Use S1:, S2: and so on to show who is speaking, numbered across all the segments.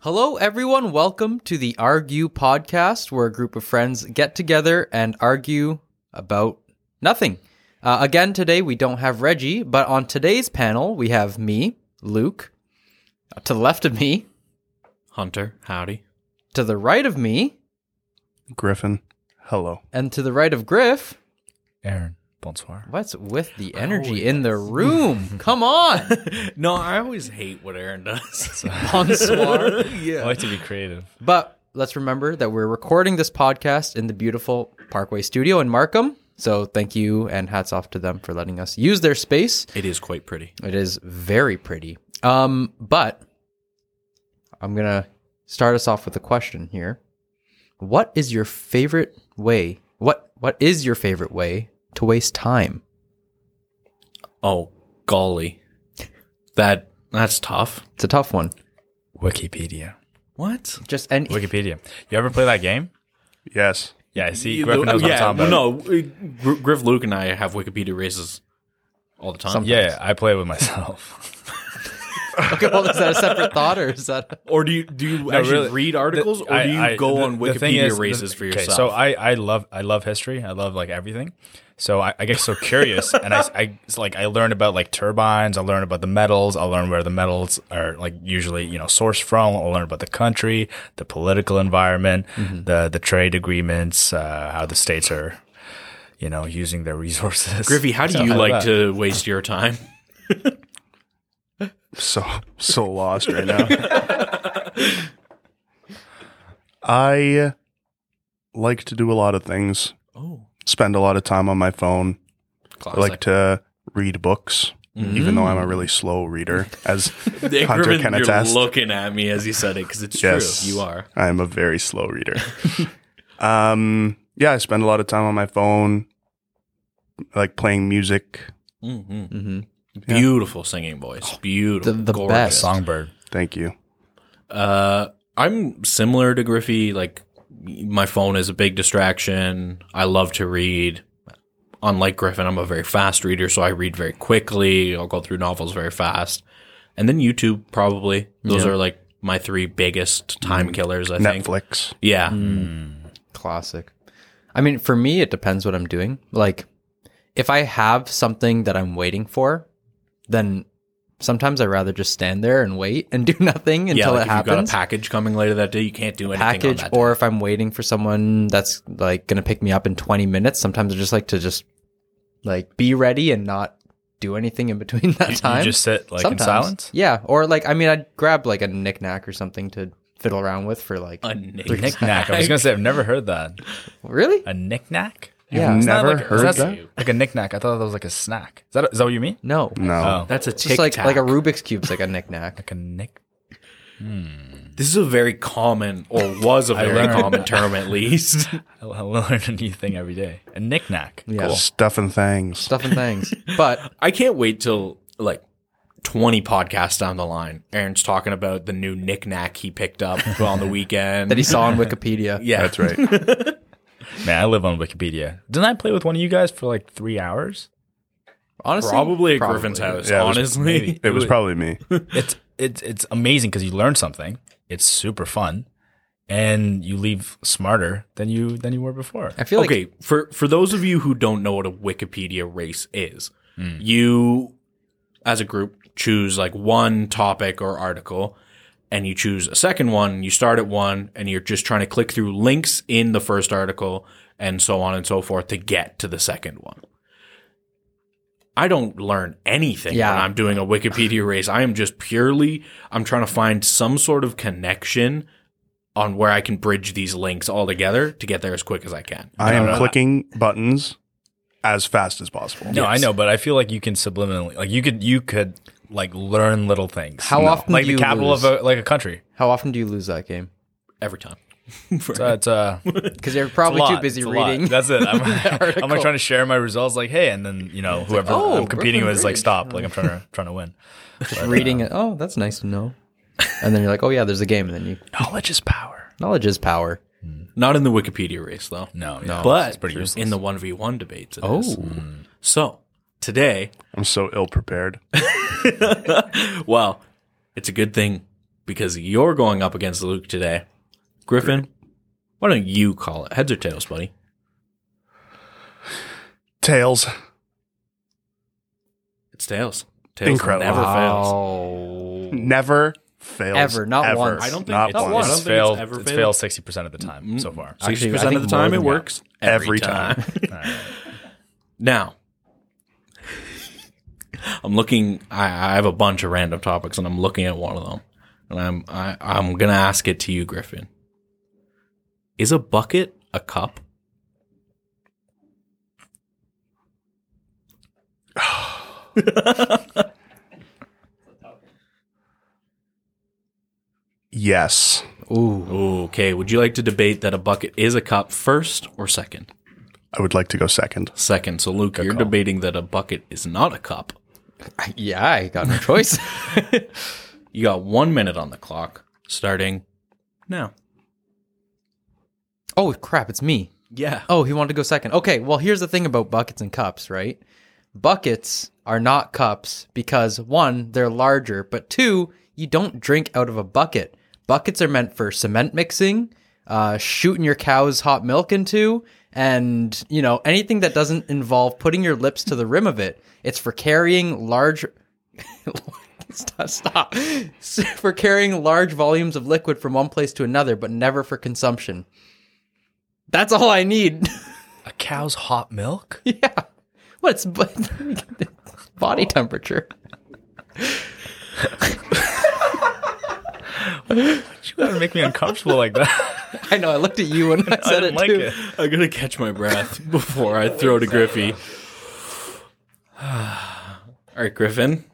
S1: Hello, everyone. Welcome to the Argue podcast, where a group of friends get together and argue about nothing. Uh, again, today we don't have Reggie, but on today's panel, we have me, Luke, uh, to the left of me,
S2: Hunter, howdy.
S1: to the right of me,
S3: Griffin, hello.
S1: and to the right of Griff.
S4: Aaron, bonsoir.
S1: What's with the energy in the room? Come on.
S2: No, I always hate what Aaron does.
S1: Bonsoir.
S4: I like to be creative.
S1: But let's remember that we're recording this podcast in the beautiful Parkway Studio in Markham. So thank you and hats off to them for letting us use their space.
S2: it is quite pretty.
S1: It is very pretty. Um, but I'm gonna start us off with a question here. What is your favorite way? What what is your favorite way to waste time?
S2: Oh, golly. That that's tough.
S1: It's a tough one.
S4: Wikipedia.
S2: What?
S1: Just any
S4: Wikipedia. You ever play that game?
S3: Yes.
S4: Yeah, I see. Griffin knows what I'm talking about.
S2: no, Gr- Griff, Luke, and I have Wikipedia races all the time.
S1: Some-
S4: Yeah, I play with myself.
S1: okay, well, is that a separate thought or is that
S2: Or do you do you actually
S4: really,
S2: read articles, or
S4: I-
S2: do you
S4: I-
S2: go
S4: the-
S2: on
S4: the thing
S2: Wikipedia
S4: is-
S2: races
S4: the-
S2: for
S4: okay,
S2: yourself?
S4: So I, I love I love history. I love like everything. So I, I get so curious, and I, I it's like I learn about like turbines. I learn about the metals. I learn where the metals are like usually you know sourced from. I learn about the country, the political environment,
S2: Mm-hmm.
S4: the the trade agreements, uh, how the states are, you know, using their resources.
S2: Griffey, how do
S4: So
S2: you
S4: I
S2: like
S4: love-
S2: to waste your time?
S3: So so lost right now. I like to do a lot of things.
S2: Oh,
S3: Spend a lot of time on my phone. I
S2: classic. Mm-hmm.
S3: like to read books, even though I'm a really slow reader. As
S2: Hey,
S3: Hunter
S2: Griffin,
S3: can
S2: you're
S3: attest.
S2: looking at me as you said it because it's
S3: Yes.
S2: true. You are.
S3: I'm a very slow reader. um, yeah, I spend a lot of time on my phone, like playing music.
S2: Mm-hmm.
S1: Mhm.
S2: Beautiful singing voice. Beautiful.
S1: The- the
S2: gorgeous.
S1: best.
S4: songbird?
S3: Thank you.
S2: Uh, I'm similar to Griffey. Like, my phone is a big distraction. I love to read. Unlike Griffin, I'm a very fast reader, so I read very quickly. I'll go through novels very fast. And then YouTube, probably. Those
S1: Yeah.
S2: are like my three biggest
S1: Mm.
S2: time killers, I think.
S3: Netflix.
S2: Yeah.
S1: classic? I mean, for me, it depends what I'm doing. Like, if I have something that I'm waiting for, then sometimes I rather just stand there and wait and do nothing
S2: Yeah,
S1: until
S2: like
S1: it
S2: if you've got a
S1: happens.
S2: package coming later that day, you can't do anything on
S1: package
S2: that day.
S1: or if I'm waiting for someone that's like going to pick me up in 20 minutes, sometimes I just like to just like be ready and not do anything in between that
S4: You,
S1: time.
S4: you just sit like
S1: Sometimes.
S4: in silence.
S1: Yeah. Or like, I mean, I'd grab like a knickknack or something to fiddle around with for like,
S2: a knick.
S4: Knickknack. I was gonna say I've never heard that.
S1: really?
S4: A knickknack?
S1: Yeah.
S3: You've
S4: It's not
S3: never
S4: like,
S3: heard
S4: that's
S3: that?
S4: Like a knickknack. I thought that was like a snack. Is that is that what you mean?
S1: No.
S3: No.
S4: Oh,
S2: That's a
S1: It's
S2: tic
S1: just like,
S2: tac.
S1: like a Rubik's Cube's like a knickknack.
S4: like a knick.
S2: this is a very common, or was a very
S4: learned.
S2: common term at least.
S4: I I learn a new thing every day. A knickknack.
S1: Yeah.
S3: Stuffing things.
S1: Stuff and things. But
S2: I can't wait till like 20 podcasts down the line. Aaron's talking about the new knickknack he picked up on the weekend.
S1: that he saw on Wikipedia.
S2: yeah,
S3: That's right.
S4: Man, I live on Wikipedia. Didn't I play with one of you guys for like three hours?
S1: Honestly,
S2: Probably at Griffin's house,
S3: Yeah, it was-
S2: honestly.
S3: It was probably me.
S4: It's it's it's amazing because you learn something. It's super fun, and you leave smarter than you than you were before.
S1: I feel like
S2: okay, for for those of you who don't know what a Wikipedia race is, you as a group choose like one topic or article and you choose a second one, you start at one and you're just trying to click through links in the first article and so on and so forth to get to the second one. I don't learn anything
S1: Yeah.
S2: when I'm doing a Wikipedia race. I am just purely I'm trying to find some sort of connection on where I can bridge these links all together to get there as quick as I can.
S3: I am clicking buttons as fast as possible.
S4: No, I know, but I feel like you can subliminally, like you could, you could like learn little things.
S1: How often
S4: like
S1: do you
S4: the capital
S1: lose?
S4: of a, like a country?
S1: how often do you lose that game?
S2: every time.
S4: It's, uh, it's, uh, it's
S1: Because you're
S4: a
S1: probably too
S4: lot.
S1: busy
S4: It's a lot.
S1: reading.
S4: That's it. I'm, I'm
S1: article.
S4: like trying to share my results. Like, hey, and then you know whoever
S1: oh,
S4: I'm competing
S1: Brooklyn
S4: with is like,
S1: Bridge.
S4: stop. Like I'm trying to trying to win.
S1: Just reading it. Oh, that's nice to know. And then you're like, oh yeah, there's a game. And then you
S4: Knowledge is power.
S1: knowledge is power.
S2: Not in the Wikipedia race though.
S4: No, no,
S2: but
S4: it's pretty useless. Oh.
S2: in the one v one debates. it is. so today,
S3: I'm so ill prepared.
S2: well, it's a good thing because you're going up against Luke today. Griffin, why don't you call it? Heads or tails, buddy?
S3: Tails.
S2: It's tails. Tails
S3: Incredible.
S2: never fails.
S1: fails.
S3: Never fails.
S1: Ever, not once.
S2: I don't think
S3: not
S2: it's-
S3: once.
S2: one. I
S4: It's
S2: don't think
S4: failed.
S2: it's ever
S4: It's
S2: failed.
S4: failed sixty percent of the time so
S1: Mm-hmm.
S4: far.
S2: Sixty
S1: Actually, I
S2: percent of
S1: think
S2: the time
S1: more
S2: it
S1: than
S2: works.
S3: Every time.
S2: now, I'm looking. I, I have a bunch of random topics, and I'm looking at one of them, and I'm I, I'm gonna ask it to you, Griffin. Is a bucket a cup?
S3: Yes.
S1: Ooh.
S2: Okay. Would you like to debate that a bucket is a cup first or second?
S3: I would like to go second.
S2: Second. So Luke, you're debating that a bucket is not a cup.
S1: I- Yeah, I got no choice.
S2: You got one minute on the clock, starting now.
S1: oh, crap, it's me.
S2: Yeah.
S1: Oh, he wanted to go second. Okay, well, here's the thing about buckets and cups, right? Buckets are not cups because one, they're larger, but two, you don't drink out of a bucket. Buckets are meant for cement mixing, uh, shooting your cow's hot milk into, and you know anything that doesn't involve putting your lips to the rim of it. It's for carrying large. stop! Stop! for carrying large volumes of liquid from one place to another, but never for consumption. That's all I need.
S4: A cow's hot milk.
S1: Yeah. What's
S2: Oh.
S1: body temperature?
S4: You gotta make me uncomfortable like that.
S1: I know. I looked at you when I said
S4: I
S1: it
S4: didn't like
S1: too.
S4: it.
S2: I gotta catch my breath before I throw to Griffey. All right, Griffin.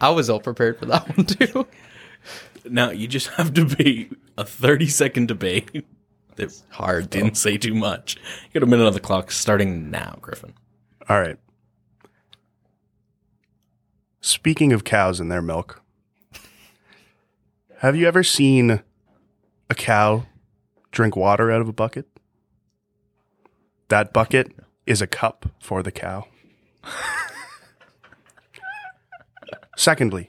S1: I was all prepared for that one too.
S2: Now you just have to be a thirty-second debate that
S1: Hard. Dude.
S2: didn't say too much. You got a minute on the clock, starting now, Griffin.
S3: All right. Speaking of cows and their milk, have you ever seen a cow drink water out of a bucket? That bucket is a cup for the cow. Secondly,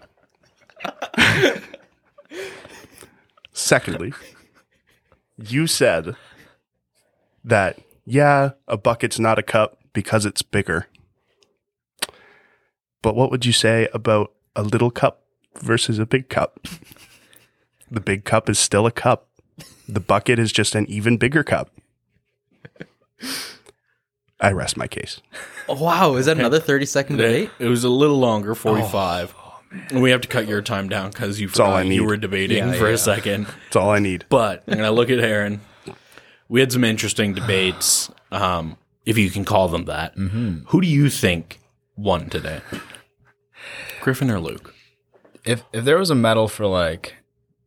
S3: secondly, you said that, yeah, a bucket's not a cup because it's bigger. But what would you say about a little cup versus a big cup? The big cup is still a cup. The bucket is just an even bigger cup. I rest my case.
S1: Wow. Is that another thirty-second debate?
S2: It was a little longer, forty-five.
S1: Oh,
S2: And we have to cut your time down because you
S3: all
S2: forgot
S3: I
S2: you
S3: need.
S2: were debating
S1: Yeah,
S2: for
S1: yeah.
S2: a second.
S3: That's all I need.
S2: But I'm gonna look at Aaron. We had some interesting debates, um, if you can call them that. Who do you think won today, Griffin or Luke?
S4: If if there was a medal for like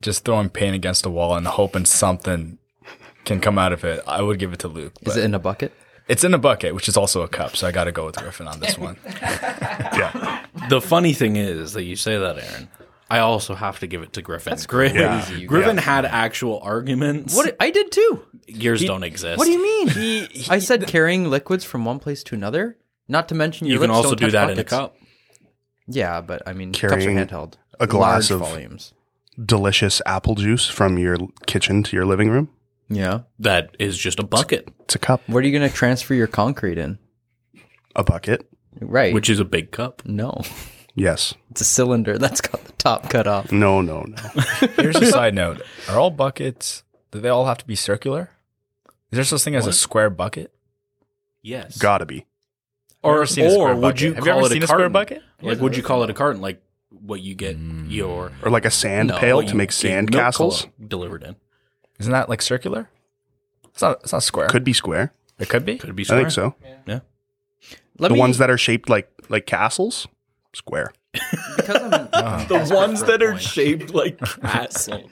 S4: just throwing paint against the wall and hoping something can come out of it, I would give it to Luke.
S1: Is
S4: But
S1: it in a bucket?
S4: it's in a bucket, which is also a cup, so I gotta go with Griffin on this one.
S3: Yeah.
S2: The funny thing is that you say that, Aaron. I also have to give it to Griffin. Griffin,
S3: Yeah.
S2: Griffin had actual arguments.
S1: What I did too.
S2: Yours don't exist.
S1: What do you mean? I said carrying liquids from one place to another. Not to mention your
S2: You can
S1: lips
S2: also
S1: don't
S2: do
S1: touch
S2: that in a
S1: buckets.
S2: cup.
S1: Yeah, but I mean,
S3: Carrying
S1: cups are handheld.
S3: a glass
S1: Large
S3: of-
S1: volumes.
S3: Delicious apple juice from your kitchen to your living room.
S1: Yeah.
S2: That is just a bucket,
S3: It's a cup,
S1: What are you going to transfer your concrete in?
S3: a bucket.
S1: Right.
S2: which is a big cup.
S1: no,
S3: Yes.
S1: it's a cylinder that's got the top cut off.
S3: No, no, no.
S4: Here's a side note. Are all buckets do they all have to be circular? Is there such thing as a
S2: What?
S4: square bucket?
S2: Yes.
S3: Gotta be.
S2: or
S4: Never seen a square
S2: or would
S4: bucket.
S2: you
S4: Have you
S2: call
S4: ever
S2: it
S4: seen
S2: a
S4: a square
S2: carton?
S4: bucket?
S2: Like, would you call it a carton? Like what you get your
S3: Or like a sand
S2: No,
S3: pail
S2: what
S3: to
S2: you
S3: make
S2: get
S3: sand
S2: milk
S3: castles.
S2: cola delivered in.
S4: Isn't that like circular? It's not it's not square.
S3: Could be square.
S4: it could be.
S2: Could be.
S3: I
S2: Square.
S3: think so.
S2: Yeah.
S1: Let
S3: the
S1: me,
S3: ones that are shaped like like castles square
S1: because I'm
S3: Ah.
S2: The ones that are
S1: point.
S2: shaped like castles.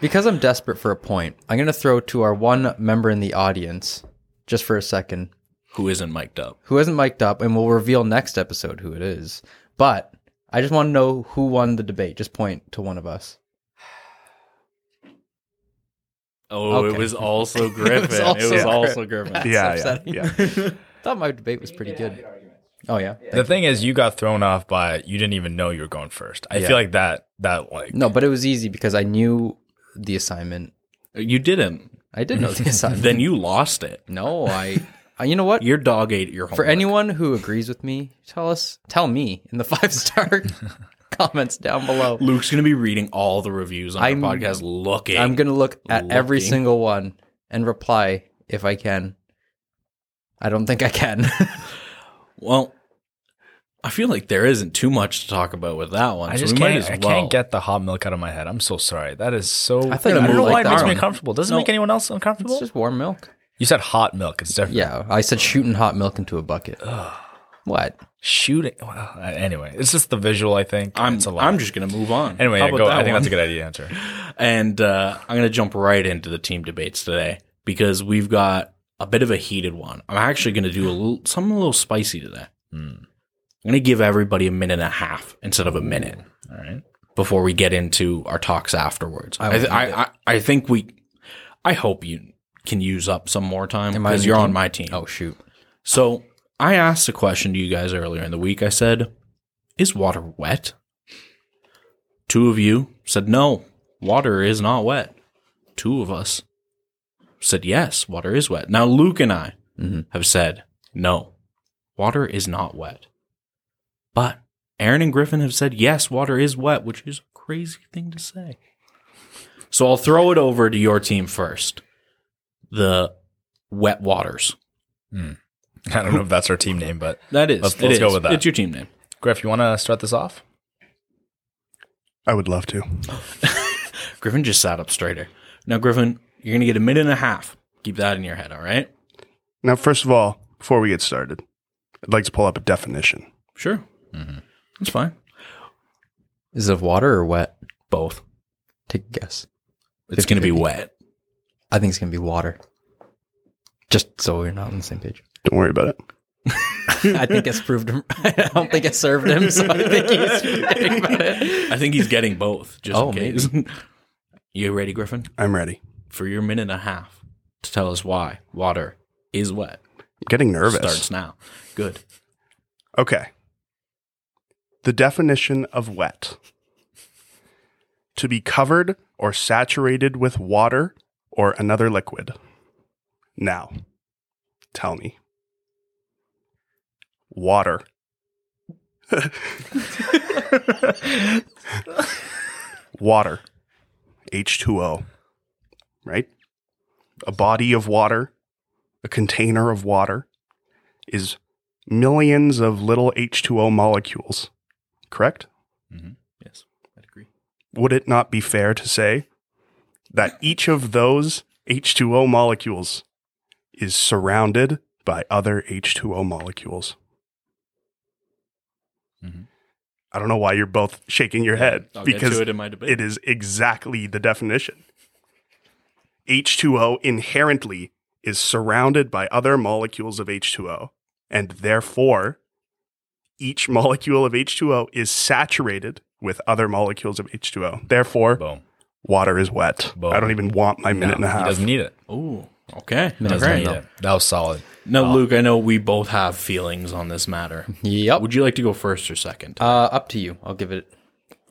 S1: Because I'm desperate for a point, I'm going to throw to our one member in the audience just for a second
S2: Who isn't mic'd up?
S1: who isn't mic'd up, and we'll reveal next episode who it is. But I just want to know who won the debate. Just point to one of us.
S2: Oh,
S1: Okay.
S2: it was also Griffin. it was also,
S1: also
S2: Griffin.
S1: That's
S3: yeah yeah
S1: upsetting.
S3: yeah
S1: Thought my debate was pretty good. Oh yeah.
S4: The thing is, you got thrown off by you didn't even know you were going first. I
S1: Yeah.
S4: feel like that that like
S1: No, but it was easy because I knew the assignment.
S2: You didn't.
S1: I did know the assignment.
S2: Then you lost it.
S1: no, I, I. You know what?
S2: Your dog ate your homework.
S1: For anyone who agrees with me, tell us, tell me in the five star comments down below.
S2: Luke's gonna be reading all the reviews on
S1: I'm-
S2: our podcast. Looking,
S1: I'm gonna look at every
S2: Looking.
S1: single one and reply if I can. I don't think I can.
S2: well, I feel like there isn't too much to talk about with that one.
S4: I
S2: so
S4: just
S2: we
S4: can't.
S2: might as
S4: I
S2: well.
S4: can't get the hot milk out of my head. I'm so sorry. That is so.
S1: I thought you
S4: I don't
S1: were
S4: know
S1: like
S4: why it
S1: that
S4: makes me
S1: one.
S4: uncomfortable. Does
S2: No.
S4: it make anyone else uncomfortable?
S1: it's just warm milk.
S4: you said hot milk. It's different.
S1: Yeah, I said shooting hot milk into a bucket. What?
S4: Shooting. Well, uh, anyway, it's just the visual. I think
S2: I'm.
S4: It's a lot.
S2: I'm just gonna move on.
S4: Anyway,
S2: How
S4: yeah,
S2: about
S4: go.
S2: that
S4: I think
S2: one?
S4: that's a good idea. Answer.
S2: And uh, I'm going to jump right into the team debates today because we've got a bit of a heated one. I'm actually going to do a little, something a little spicy today. Hmm. I'm going to give everybody a minute and a half instead of a minute
S4: All right.
S2: before we get into our talks afterwards. I,
S1: would
S2: th-
S1: love
S2: I, I, I think we, I hope you can use up some more time
S1: Am I on
S2: because
S1: your
S2: you're on
S1: team?
S2: my team.
S1: Oh shoot!
S2: So I asked a question to you guys earlier in the week. I said, Is water wet? Two of you said, No, water is not wet. Two of us said, Yes, water is wet. Now, Luke and I
S1: Mhm.
S2: have said, No, water is not wet. But Aaron and Griffin have said, Yes, water is wet, which is a crazy thing to say. So I'll throw it over to your team first the wet waters.
S4: I don't know if that's our team name, but
S2: That is.
S4: Let's-
S2: it
S4: let's
S2: is.
S4: go with that.
S2: It's your team name.
S4: Griff, you want to start this off?
S3: I would love to.
S2: Griffin just sat up straighter. Now, Griffin, you're going to get a minute and a half. Keep that in your head, all right?
S3: Now, first of all, before we get started, I'd like to pull up a definition.
S2: Sure. Mm-hmm. That's fine.
S1: Is it of water or wet?
S2: Both.
S1: Take a guess.
S2: It's going to be wet.
S1: I think it's gonna be water. Just so we're not on the same page.
S3: Don't worry about it.
S1: I think it's proved him. I don't think it served him, so I think he's forgetting about it.
S2: I think he's getting both, just
S1: Oh,
S2: in case. you ready, Griffin,
S3: I'm ready.
S2: for your minute and a half to tell us why water is wet?
S3: I'm getting nervous.
S2: Starts now. Good.
S3: Okay. The definition of wet to be covered or saturated with water or another liquid. Now, tell me. Water. water. H2O. Right? A body of water, a container of water is millions of little H2O molecules, correct?
S2: Yes, I agree.
S3: Would it not be fair to say that each of those H2O molecules is surrounded by other H2O molecules?
S4: Mhm.
S3: I don't know why you're both shaking your head
S2: Mm-hmm. I'll get
S3: because
S2: to it in my debate.
S3: it is exactly the definition. H2O inherently is surrounded by other molecules of H2O, and therefore, each molecule of H2O is saturated with other molecules of H2O. Therefore,
S4: Boom.
S3: water is wet.
S4: Boom.
S3: I don't even want my minute and a
S4: He
S3: half.
S4: doesn't need it.
S2: Ooh, okay.
S1: Doesn't
S2: All right.
S1: need
S4: Yeah, that was solid.
S2: Now, Luke, I know we both have feelings on this matter.
S1: Yep.
S2: Would you like to go first or second?
S1: Uh, up to you. I'll give it.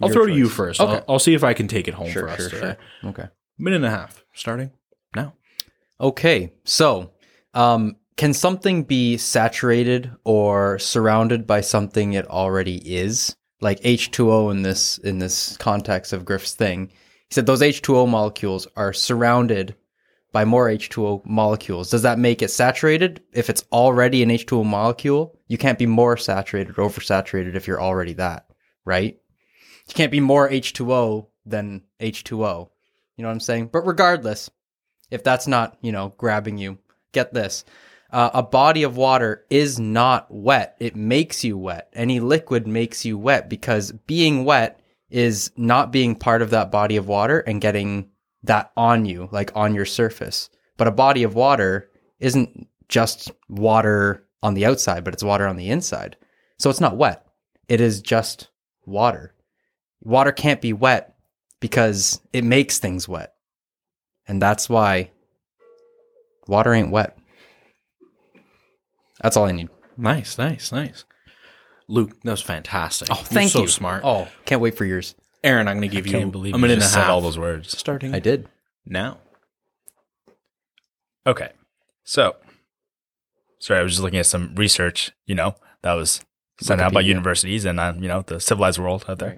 S2: I'll throw to you first.
S1: Okay.
S2: I'll, I'll see if I can take it home
S1: Sure,
S2: for us
S1: sure,
S2: today.
S1: sure. Okay.
S2: Minute and a half, starting now.
S1: Okay. So, um, can something be saturated or surrounded by something it already is? Like H2O in this in this context of Griff's thing. He said those H2O molecules are surrounded by more H2O molecules. Does that make it saturated? If it's already an H2O molecule, you can't be more saturated or oversaturated if you're already that, right? You can't be more H2O than H2O. You know what I'm saying? But regardless, if that's not you know grabbing you get this uh, a body of water is not wet it makes you wet any liquid makes you wet because being wet is not being part of that body of water and getting that on you like on your surface but a body of water isn't just water on the outside but it's water on the inside so it's not wet it is just water water can't be wet because it makes things wet and that's why water ain't wet. That's all I need.
S2: Nice, nice, nice. Luke, that was fantastic. Oh,
S1: Thank
S2: You're so
S1: you.
S2: smart.
S1: Oh, can't wait for yours.
S2: Aaron, I'm going to give you
S4: Can't believe
S2: a
S4: you
S2: minute and a
S4: just said
S2: half.
S4: all those words.
S2: starting
S1: I did.
S2: now.
S4: Okay. So, sorry, I was just looking at some research, you know, that was sent out by
S1: Wikipedia.
S4: universities and, uh, you know, the civilized world out there.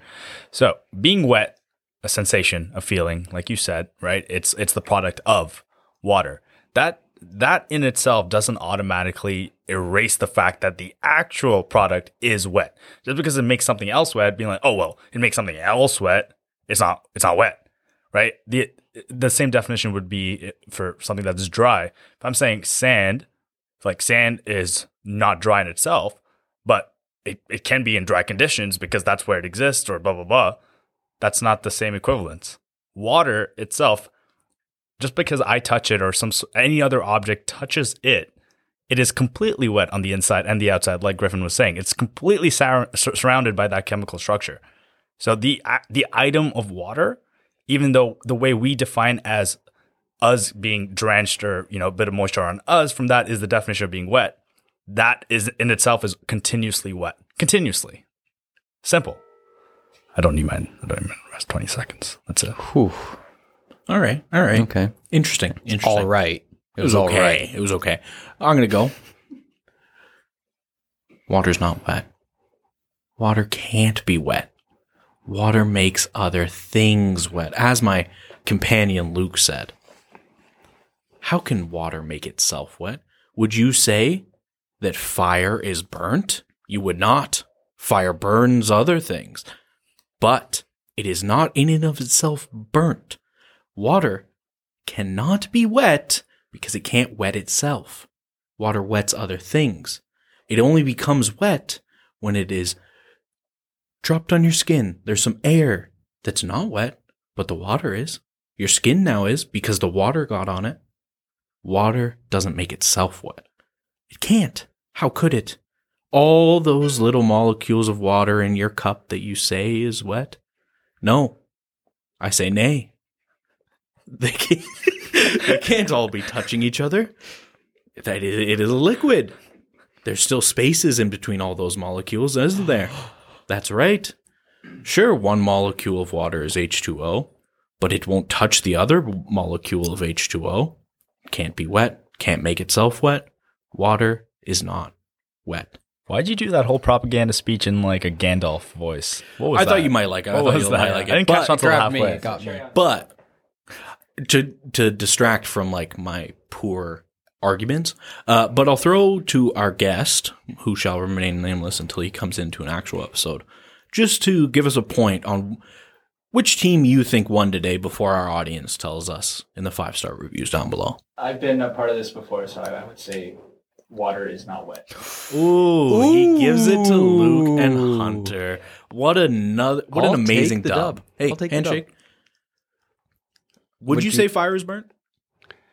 S4: So, being wet, a sensation, a feeling, like you said, right? It's it's the product of water. That that in itself doesn't automatically erase the fact that the actual product is wet. Just because it makes something else wet, being like, oh well, it makes something else wet, it's not it's not wet right? The the same definition would be for something that is dry. If I'm saying sand, like sand is not dry in itself, but it, it can be in dry conditions because that's where it exists or blah blah blah. That's not the same equivalence. Water itself, just because I touch it or some s- any other object touches it, it is completely wet on the inside and the outside, like Griffin was saying. It's completely sur- sur- surrounded by that chemical structure. So the the item of water, even though the way we define as us being drenched or you know a bit of moisture on us from that is the definition of being wet. That is in itself is continuously wet, continuously. Simple. I don't need my I don't even rest twenty seconds. That's it.
S1: Whew.
S2: All right. All right.
S1: Okay.
S2: Interesting. Interesting.
S1: All right.
S2: It was, okay.
S1: all right.
S2: It was okay. I'm going to go. Water's not wet. Water can't be wet. Water makes other things wet. As my companion Luke said, how can water make itself wet? Would you say that fire is burnt? You would not. Fire burns other things. But it is not in and of itself burnt. Water cannot be wet because it can't wet itself. Water wets other things. It only becomes wet when it is dropped on your skin. There's some air that's not wet, but the water is. Your skin now is because the water got on it. Water doesn't make itself wet. It can't. How could it? All those little molecules of water in your cup that you say is wet? No. I say nay. They can't, they can't all be touching each other. That is, it is a liquid. There's still spaces in between all those molecules, isn't there? That's right. Sure, one molecule of water is H2O, but it won't touch the other molecule of H2O. Can't be wet, can't make itself wet. Water is not wet.
S4: Why'd you do that whole propaganda speech in like a Gandalf voice? What was
S2: I thought
S4: that?
S2: you might like it. I
S4: What
S2: thought
S4: was
S2: you
S4: that?
S2: might like it.
S4: I didn't
S2: but-
S4: catch on till
S1: Grabbed me.
S4: halfway.
S1: it Got me.
S2: but to to distract from like my poor arguments uh, but i'll throw to our guest who shall remain nameless until he comes into an actual episode just to give us a point on which team you think won today before our audience tells us in the five star reviews down below
S5: I've been a part of this before, so I would say water is not wet.
S2: ooh, he gives it to luke and hunter what another what
S1: I'll
S2: an
S1: take
S2: amazing
S1: the
S2: dub.
S1: dub.
S2: hey
S1: I'll take the dub.
S2: handshake would,
S1: Would
S2: you,
S1: you-
S2: say fire is burnt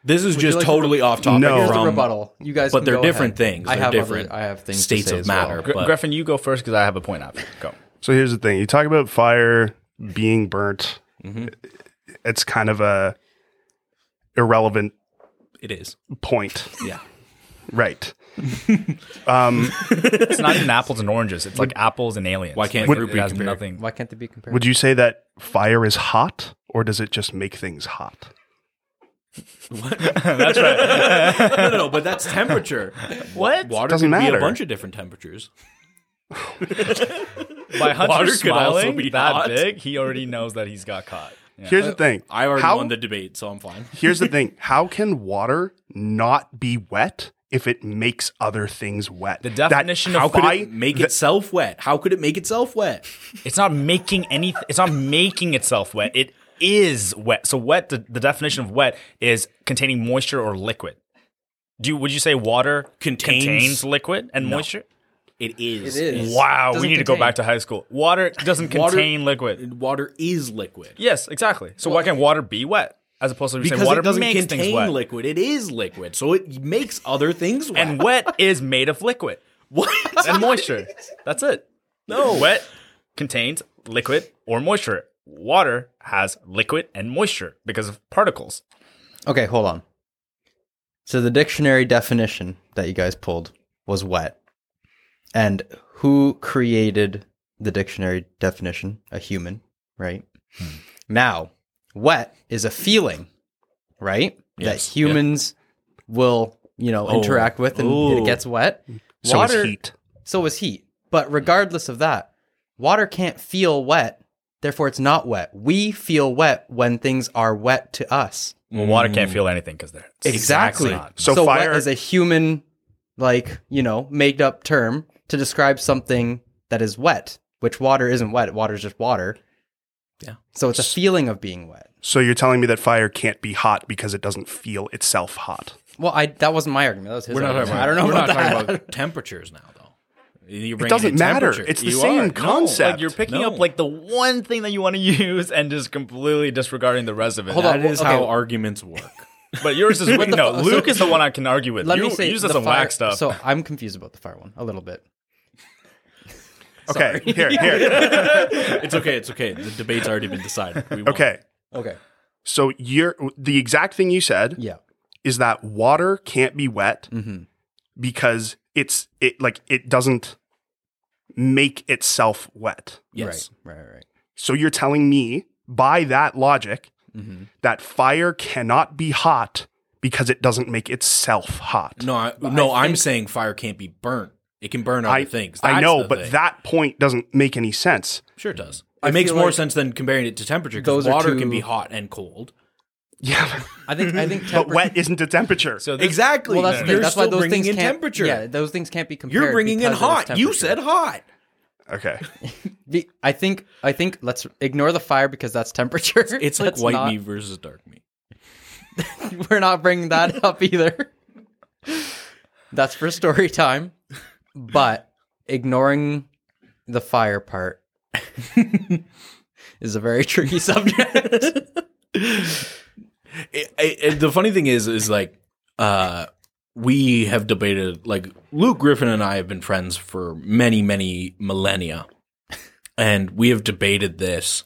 S2: this is
S1: you
S2: just
S1: like to-
S2: totally off topic
S3: No.
S1: Here's the
S2: from
S1: rebuttal. You guys,
S2: Um,
S1: can
S2: but they're
S1: go
S2: different
S1: ahead.
S2: things.
S1: I
S2: They're
S1: have other-
S2: different
S1: I have things. to
S2: states
S1: say
S2: of
S1: as well.
S2: matter.
S4: Gr-
S2: but-
S4: Griffin, you go first because I have a point after. Go.
S3: So here's the thing: you talk about fire being burnt.
S4: Mm-hmm.
S3: It's kind of a irrelevant
S2: it is.
S3: point,
S2: Yeah.
S3: right? um,
S4: It's not even apples and oranges. It's like apples and aliens.
S2: Why can't
S4: like,
S2: group
S4: it
S2: be
S4: has
S2: compared?
S4: nothing?
S1: Why can't they be compared?
S3: would you say that fire is hot, or does it just make things hot?
S4: That's right.
S2: no, no, no, but that's temperature.
S4: What?
S2: Water
S3: Doesn't
S2: could be
S3: matter.
S2: a bunch of different temperatures.
S4: By Hunter
S2: Water could also
S4: smiling
S2: be
S4: that
S2: hot.
S4: big, he already knows that he's got caught. Yeah. Uh,
S3: Here's the thing:
S2: I already
S3: How-
S2: won the debate, so I'm fine.
S3: Here's the thing: how can water not be wet if it makes other things wet?
S4: The
S3: That-
S4: definition of
S3: how could
S4: fi-
S3: it-
S2: Make itself wet. How could it make itself wet?
S4: It's not making any. It's not making itself wet. It is wet. So wet. The, the definition of wet is containing moisture or liquid. Do you, would you say water
S2: Contains-
S4: liquid and moisture?
S2: It is.
S1: It is.
S4: Wow, we
S1: Doesn't
S4: need to go
S1: contain.
S4: back to high school. Water doesn't
S2: Water- Uh,
S4: contain liquid.
S2: Water is liquid.
S4: Yes, exactly. So why can't water be wet as opposed to
S2: Because
S4: saying water
S2: it doesn't
S4: makes
S2: contain
S4: things wet?
S2: liquid. It is liquid. So it makes other things wet.
S4: and wet is made of liquid
S2: what?
S4: and moisture. That's it. No, wet contains liquid or moisture. Water has liquid and moisture because of particles.
S1: Okay, hold on. So the dictionary definition that you guys pulled was wet. And who created the dictionary definition? A human, right?
S2: Hmm.
S1: Now, wet is a feeling, right?
S2: Yes,
S1: That
S2: yeah.
S1: humans will, you know,
S2: Oh,
S1: interact with and
S2: ooh.
S1: it gets wet.
S3: So is heat.
S1: So is heat. But regardless of that, water can't feel wet. Therefore, it's not wet. We feel wet when things are wet to us.
S4: Well, water can't feel anything because they're
S1: Exactly.
S4: Not.
S3: So fire-
S1: wet is a human, like you know, made up term to describe something that is wet, which water isn't wet. Water is just water.
S2: Yeah.
S1: So it's a feeling of being wet.
S3: So you're telling me that fire can't be hot because it doesn't feel itself hot.
S1: Well, I that wasn't my argument. That was his.
S2: We're not
S1: argument.
S2: talking about,
S1: I don't know
S2: we're
S1: about
S2: not
S1: that.
S2: talking about temperatures now, though. You're bringing
S3: doesn't
S2: in
S3: matter.
S2: temperature.
S3: It's the
S2: You
S3: same
S2: are. No,
S3: concept.
S4: Like you're picking
S2: No.
S4: up like the one thing that you want to use and just completely disregarding the rest of it.
S1: Hold on,
S2: That is
S1: Okay.
S2: how arguments work.
S4: But yours is with no. Luke is the one I can argue with.
S1: Let
S4: you,
S1: me say
S4: use
S1: the
S4: this some
S1: fire-
S4: whack stuff.
S1: So I'm confused about the fire one a little bit.
S3: Okay, here, here.
S2: it's okay. It's okay. The debate's already been decided. We won.
S3: Okay.
S1: Okay.
S3: So you're the exact thing you said
S1: Yeah.
S3: is that water can't be wet
S4: Mm-hmm.
S1: hmm
S3: because it's it like it doesn't make itself wet.
S2: Yes.
S1: Right. Right. Right.
S3: So you're telling me by that logic
S1: Mm-hmm.
S3: that fire cannot be hot because it doesn't make itself hot.
S2: No, I, no. I'm saying fire can't be burnt. It can burn other
S3: I,
S2: things.
S3: I
S2: That's
S3: know,
S2: the
S3: but
S2: thing.
S3: that point doesn't make any sense.
S2: sure does. It
S1: I
S2: makes
S1: feel
S2: more
S1: like
S2: sense than comparing it to temperature because
S1: those are
S2: water
S1: two-
S2: can be hot and cold.
S3: Yeah,
S1: I think. I think.
S3: but
S1: temper-
S3: wet isn't a temperature.
S4: so this,
S2: Exactly.
S1: Well, that's the thing.
S2: You're
S1: That's why
S2: still
S1: those
S2: bringing
S1: things
S2: in
S1: can't.
S2: temperature.
S1: Yeah, those things can't be compared.
S2: You're bringing in
S1: because of its
S2: hot. You
S1: temperature.
S2: said hot.
S3: okay.
S1: The- I think. I think. Let's ignore the fire because that's temperature.
S2: It's like
S1: That's
S2: white
S1: not-
S2: meat versus dark meat.
S1: We're not bringing that up either. that's for story time. But ignoring the fire part is a very tricky subject.
S2: It- it- it- the funny thing is, is like uh, we have debated. Like Luke Griffin and I have been friends for many, many millennia, and we have debated this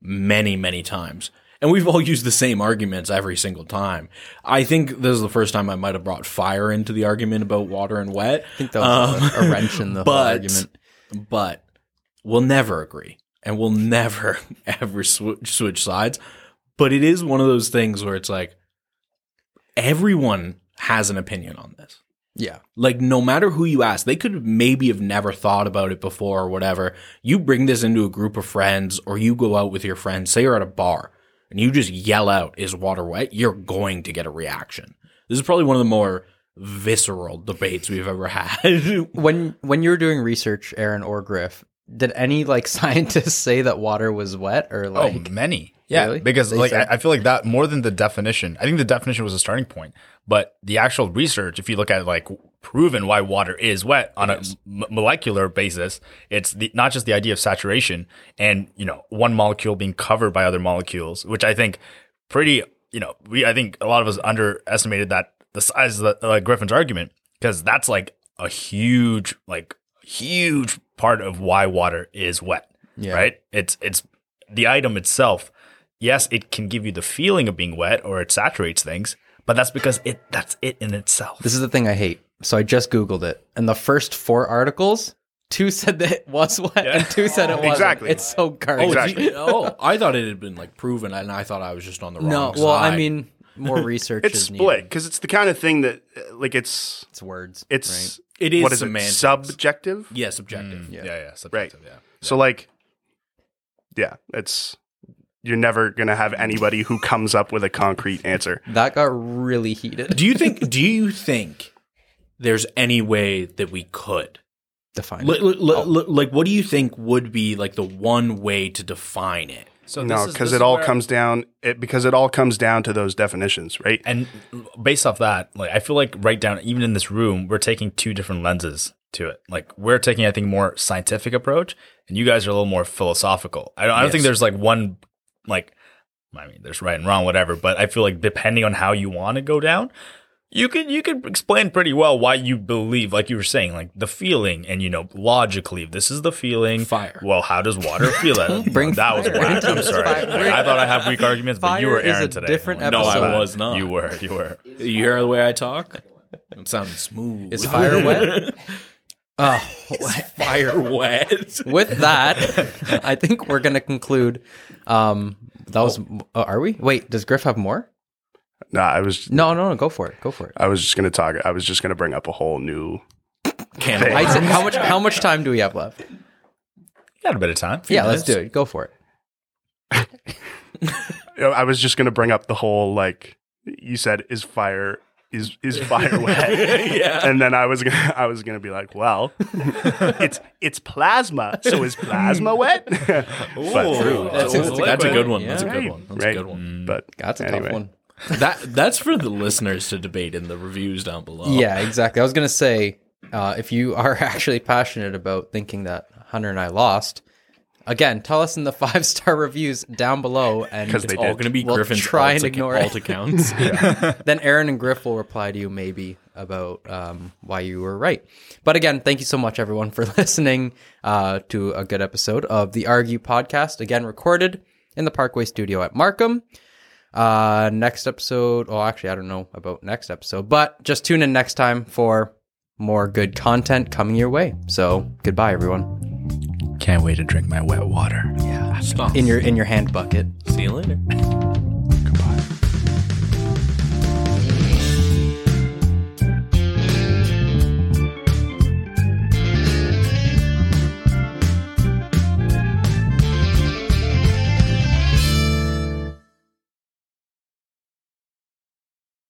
S2: many, many times. And we've all used the same arguments every single time. I think this is the first time I might have brought fire into the argument about water and wet. I
S1: think that
S2: Um,
S1: was a- a wrench in the whole argument.
S2: But we'll never agree, and we'll never ever switch, switch sides. But it is one of those things where it's like everyone has an opinion on this.
S1: yeah.
S2: Like no matter who you ask, they could maybe have never thought about it before or whatever. You bring this into a group of friends or you go out with your friends, say you're at a bar and you just yell out is water wet, you're going to get a reaction. This is probably one of the more visceral debates we've ever had.
S1: When when you were doing research, Aaron or Griff, did any like scientists say that water was wet or like?
S4: oh, many. Yeah,
S1: Really?
S4: because
S1: They
S4: like
S1: said-
S4: I, I feel like that more than the definition. I think the definition was a starting point, but the actual research, if you look at like proven why water is wet on a m- molecular basis, it's the, not just the idea of saturation and you know one molecule being covered by other molecules, which I think pretty you know we I think a lot of us underestimated that the size of the, uh, Griffin's argument because that's like a huge like huge part of why water is wet,
S1: Yeah.
S4: right? It's it's the item itself, yes, it can give you the feeling of being wet or it saturates things, but that's because it that's it in itself.
S1: This is the thing I hate. So I just Googled it, and the first four articles, two said that it was wet, and two said it wasn't.
S3: Exactly.
S1: It's so garbage.
S2: Oh,
S3: Exactly.
S2: gee- oh, I thought it had been like proven, and I thought I was just on the wrong
S1: No,
S2: side.
S1: well, I mean, more research
S3: It's
S1: is
S3: split
S1: needed.
S3: because it's the kind of thing that uh, like it's
S1: It's words.
S3: it's
S2: It is
S3: what is
S2: semantics.
S3: it subjective.
S2: yeah, subjective.
S4: yeah, yeah, subjective,
S3: Right.
S4: yeah.
S3: So like, yeah, it's you're never gonna have anybody who comes up with a concrete answer.
S1: right? that got really heated.
S2: Do you think? Do you think there's any way that we could?
S1: Define.
S2: Li- li-
S1: Oh.
S2: li- li- like what do you think would be like the one way to define it
S4: So
S3: no, because it all comes down it because it all comes down to those definitions, right?
S4: and based off that, like I feel like right down even in this room, we're taking two different lenses to it. Like we're taking, I think, more scientific approach, and you guys are a little more philosophical. I don't, I don't think
S2: Yes.
S4: there's like one like I mean, there's right and wrong, whatever. But I feel like depending on how you want to go down, you can you can explain pretty well why you believe, like you were saying, like the feeling, and you know, logically, this is the feeling.
S2: Fire.
S4: Well, how does water feel? That,
S1: bring
S4: that was
S1: fire
S4: whack.
S1: into
S4: I'm
S1: this
S4: sorry.
S1: fire.
S4: Like, I thought I have weak arguments, but you
S1: Fire
S4: were
S1: is
S4: Aaron
S1: a
S4: today.
S1: different
S4: No, I
S1: episode.
S2: No, I was not.
S4: You were. You were.
S2: you hear the way i talk it sounds smooth
S1: Is fire wet? Oh,
S2: Fire wet.
S1: with that, I think we're gonna conclude. Um, that was. Oh, are we? Wait, does Griff have more?
S3: Nah, I was
S1: No, no, no. Go for it. Go for it.
S2: Uh,
S3: I was just gonna talk. I was just gonna bring up a whole new.
S2: Can of
S1: I'd say- how much? How much time do we have left?
S4: Got a bit of time.
S1: Yeah, let's do it. Go for it.
S3: I was just gonna bring up the whole like you said is fire is is fire wet.
S2: yeah.
S3: And then I was gonna, I was gonna be like, well, it's it's plasma, so is plasma wet? but,
S2: Ooh, that's,
S1: That's a-
S2: a good one.
S1: Yeah.
S2: That's a good
S3: Right,
S2: one. That's
S3: right.
S2: a good one.
S3: but
S1: That's a
S3: anyway.
S1: tough one.
S2: That that's for the listeners to debate in the reviews down below.
S1: Yeah, exactly. I was gonna say, uh, if you are actually passionate about thinking that Hunter and I lost, again, tell us in the five star reviews down below,
S3: Because
S1: and
S2: It's
S3: they
S2: all
S3: did.
S2: going to be
S1: We'll
S2: Griffin's
S1: try and
S2: alt,
S1: ignore it.
S2: alt accounts.
S1: then Aaron and Griff will reply to you maybe about um, why you were right. But again, thank you so much everyone for listening uh, to a good episode of the Argue podcast. Again, recorded in the Parkway Studio at Markham. Uh, next episode. Well, actually, I don't know about next episode, but just tune in next time for more good content coming your way. So goodbye, everyone.
S4: Can't wait to drink my wet water.
S1: In your in your hand bucket.
S2: See you later.